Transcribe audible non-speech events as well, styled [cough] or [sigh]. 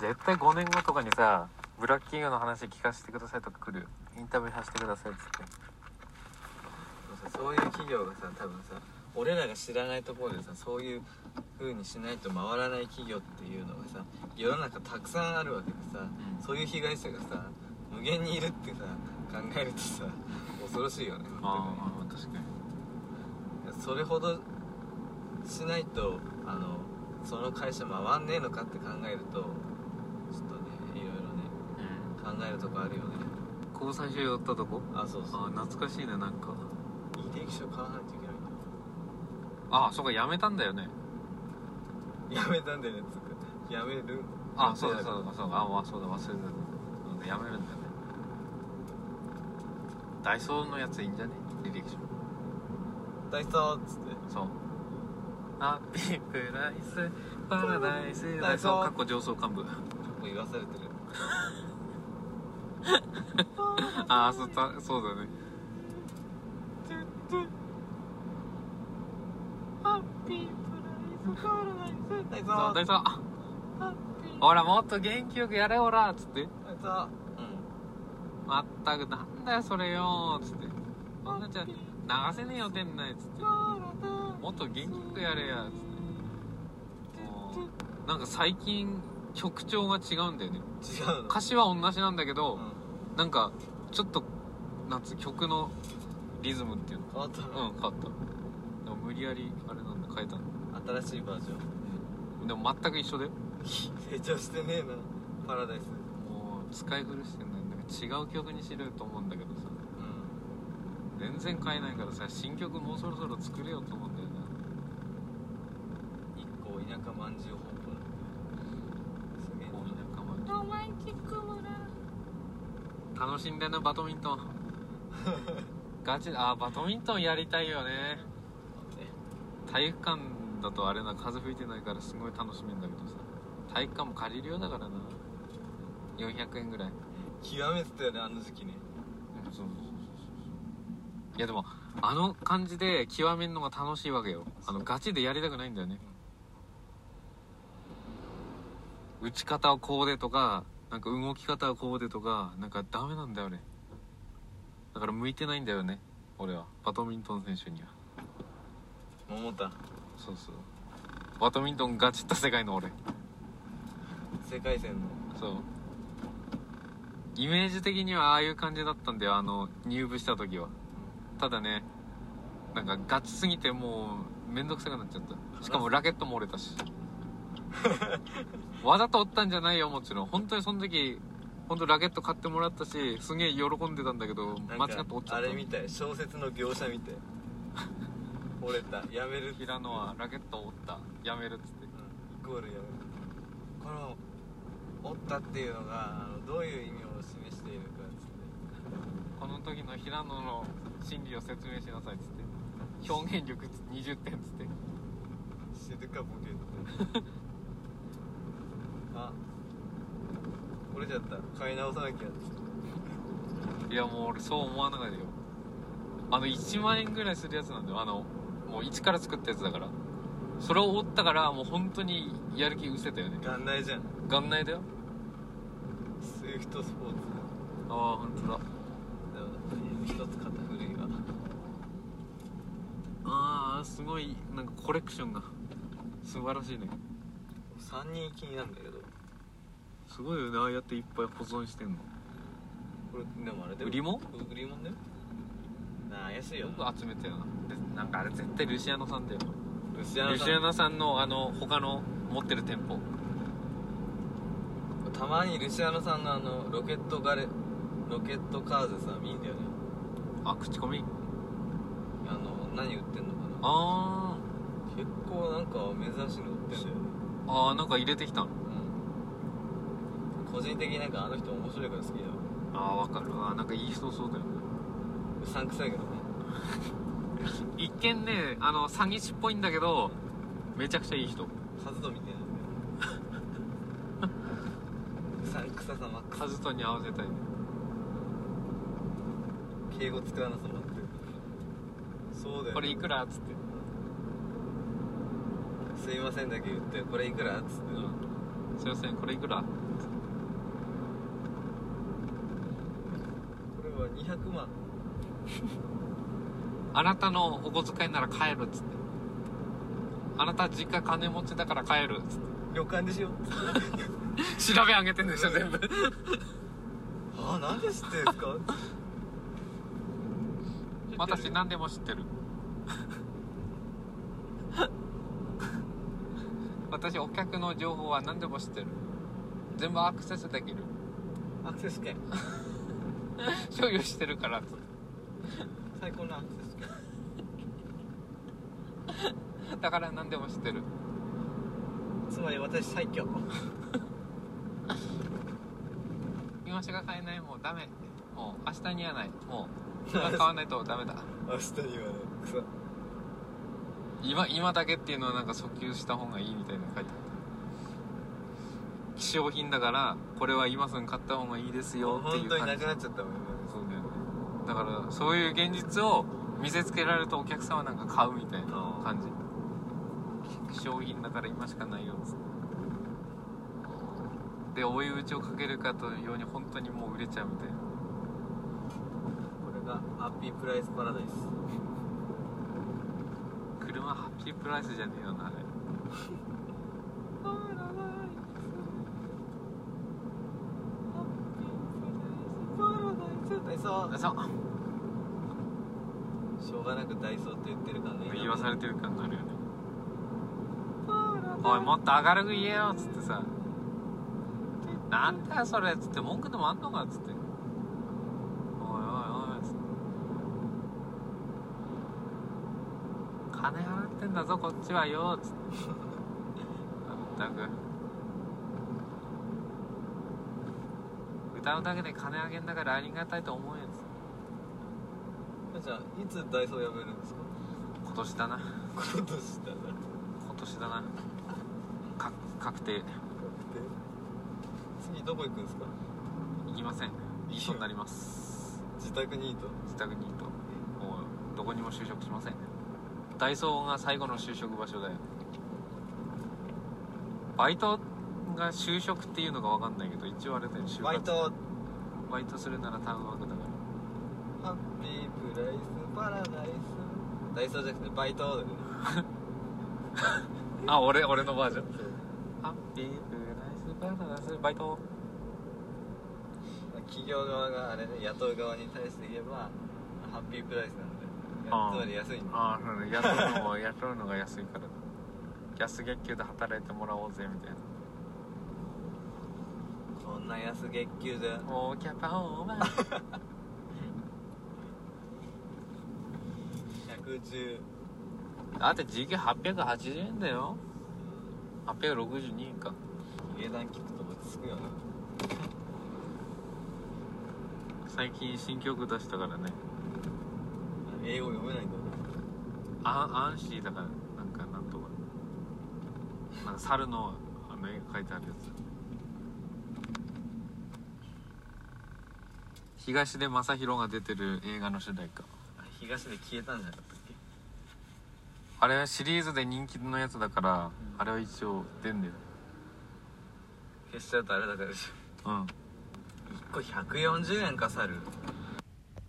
絶対5年後とかにさブラッキングの話聞かせてくださいとか来るよインタビューさせてくださいっつってさそういう企業がさ多分さ俺らが知らないところでさそういう風にしないと回らない企業っていうのがさ世の中たくさんあるわけでさ、うんそういう被害者がさ無限にいるってさ考えるとさ恐ろしいよね本あ確かに当にそれほどしないとあのその会社回んねえのかって考えるとちょっとねいろいろねうん考えるとこあるよね交際所寄ったとこあそうそうあ懐かしいねなんか履歴書買わないといけないんだあそうかやめたんだよねやめたんだよねつうかやめるあそうだそうだそうだあまあそうだ忘れてたそうだやめるんだよねダイソーのやついいんじゃね履歴書大佐っつってそうハッピープライスパラダイスダイソーかっこ上層幹部もう言わされてる [laughs] ああそうだそうだねハッピープライス変わらないぜ大そ沢うダイソーあハッピーほらもっと元気よくやれほらっつって大沢まったくなんだよそれよっつってそんなじゃ流せねえよ店内っつってもっと元気よくやれやっつってもうなんか最近曲調が違うんだよね違うの歌詞は同じなんだけど、うんなんかちょっとなんつう曲のリズムっていうの変わったうのん変わったでも無理やりあれなんだ変えたの新しいバージョンでも全く一緒だよ成長してねえなパラダイスもう使い古してんのになんか違う曲にしろよと思うんだけどさう全ん然変えないからさ新曲もうそろそろ作れよと思うんだよね一個田舎まんじゅう本舗なんだすげえもうななんかまロマンチック村あ楽しんでなバドミントンガチあーバドミントンやりたいよねね体育館だとあれな風吹いてないからすごい楽しみんだけどさ体育館も借りるようだからな400円ぐらい極めてたよねあの時期ねそうそうそうそういやでもあの感じで極めるのが楽しいわけよあのガチでやりたくないんだよね打ち方をこうでとかなんか動き方をこうでとかなんかダメなんだよねだから向いてないんだよね俺はバドミントン選手には桃田そうそうバドミントンガチった世界の俺世界線のそうイメージ的にはああいう感じだったんだよあの入部した時はただねなんかガチすぎてもうめんどくさくなっちゃったしかもラケットも折れた [laughs] しわざと折ったんじゃないよもちろん本当にその時本当ラケット買ってもらったしすげえ喜んでたんだけどな間んか違って折っちゃあっれたみたい小説の描写み [laughs] たい折れたやめるって平野はラケット折ったやめるっつってうんイコールやるこの折ったっていうのがあのどういう意味を示しているかっつっこの時の平野の心理を説明しなさいっつって表現力20点っつってて知るかボケってあ折れちゃった買い直さなきゃっつっていやもう俺そう思わなかったよあの1万円ぐらいするやつなんだよあのもう一から作ったやつだからそれを折ったからもう本当にやる気失せたよね元内じゃん元内だよスイフトスポーツああ本当だだよな一つ肩振りがああすごいなんかコレクションが素晴らしいね3人気になるんだけどすごいよねああやっていっぱい保存してんのこれでもあれで売りも売りもんだよなあ怪しいよよく集めたよなでなんかあれ絶対ルシアノさんだよルシアナルさシアんノさんのあの他の持ってる店舗たまにルシアナさんのあのロケットガレロケットカーズさいいんだよねあ口コミあの何売ってんのかなあ結構なんか珍しいの売ってんだよね、ーあーなんか入れてきたのうん、個人的になんかあの人面白いから好きだよああーわかるわなんかいい人そうだよねうさんくさいけどね一見ねあの詐欺師っぽいんだけどめちゃくちゃいい人カズトみたいなんだようさんくささマックカズトに合わせたいス敬語使わなそうになってるそうだよこれいくらっつってすいませんだけ言ってこれいくらっつってすいませんこれいくらこれは200万あなたのお小遣いなら帰るっつってあなた実家金持ちだから帰るっつっ旅館でしょて調べ上げてんでしょ全部ああなんで知ってんすか [laughs] 私何でも知ってる私お客の情報は何でも知ってる全部アクセスできるアクセス券所有してるからっつって最高のアクセス券だから何でも知ってるつまり私最強見回しが買えないもうダ [laughs] メもう明日にはないもう今買わないとダメだ明日にはねくそ今今だけっていうのはなんか訴求した方がいいみたいなの書いてあった希少品だからこれは今すぐ買った方がいいですよってい本う当に感なじくなっちゃったもんそうだよねだからそういう現実を見せつけられるとお客さんはなんか買うみたいな今感じ希少品だから今しかないよっつってで追い打ちをかけるかというように本当にもう売れちゃうみたいなこれがハッピープライスパラダイス車ハッピープライスじゃねえよなあれパラダイスパラダイスダイソあそうーしょうがなくダイソーって言ってるからね言わされてる感があるよねパラダイスおいもっと明るく言えよっつってさなんだよそれっつって文句でもあんのかっつっておいおいおいっつって金払ってんだぞこっちはよっつってまったく歌うだけで金あげんだからありがたいと思うやつってじゃあいつダイソー辞めるんですか今年だな今年だ今な年だなか確定次どこ行くんですかいきませんいいとになります自宅にいいと自宅にいるともうどこにも就職しませんダイソーが最後の就職場所だよバイトが就職っていうのが分かんないけど一応あれだよ就活バイトバイトするならタウンワークだかハッピープライスパラダイスダイソーじゃなくてバイトだねらあ俺俺のバージョンハッピーフライスバーナースバイト企業側があれね雇う側に対して言えばハッピープライスなんであーつまり安いんだああそうね雇うのは [laughs] 雇うのが安いから安月給で働いてもらおうぜみたい [laughs] なこんな安月給じゃおーキャパオーバー110だって時給880円だよ862円か英断聞くと落ち着くよね最近新曲出したからね英語読めないんだよねアンアンシーだからなんかなんとかなんか猿のあの絵が描いてあるやつ東出昌大が出てる映画の主題歌あ東で消えたんじゃなかったっけあれはシリーズで人気のやつだからうんあれは一応出んだよ消しちゃうとあれだからでしょうん1個140円かさる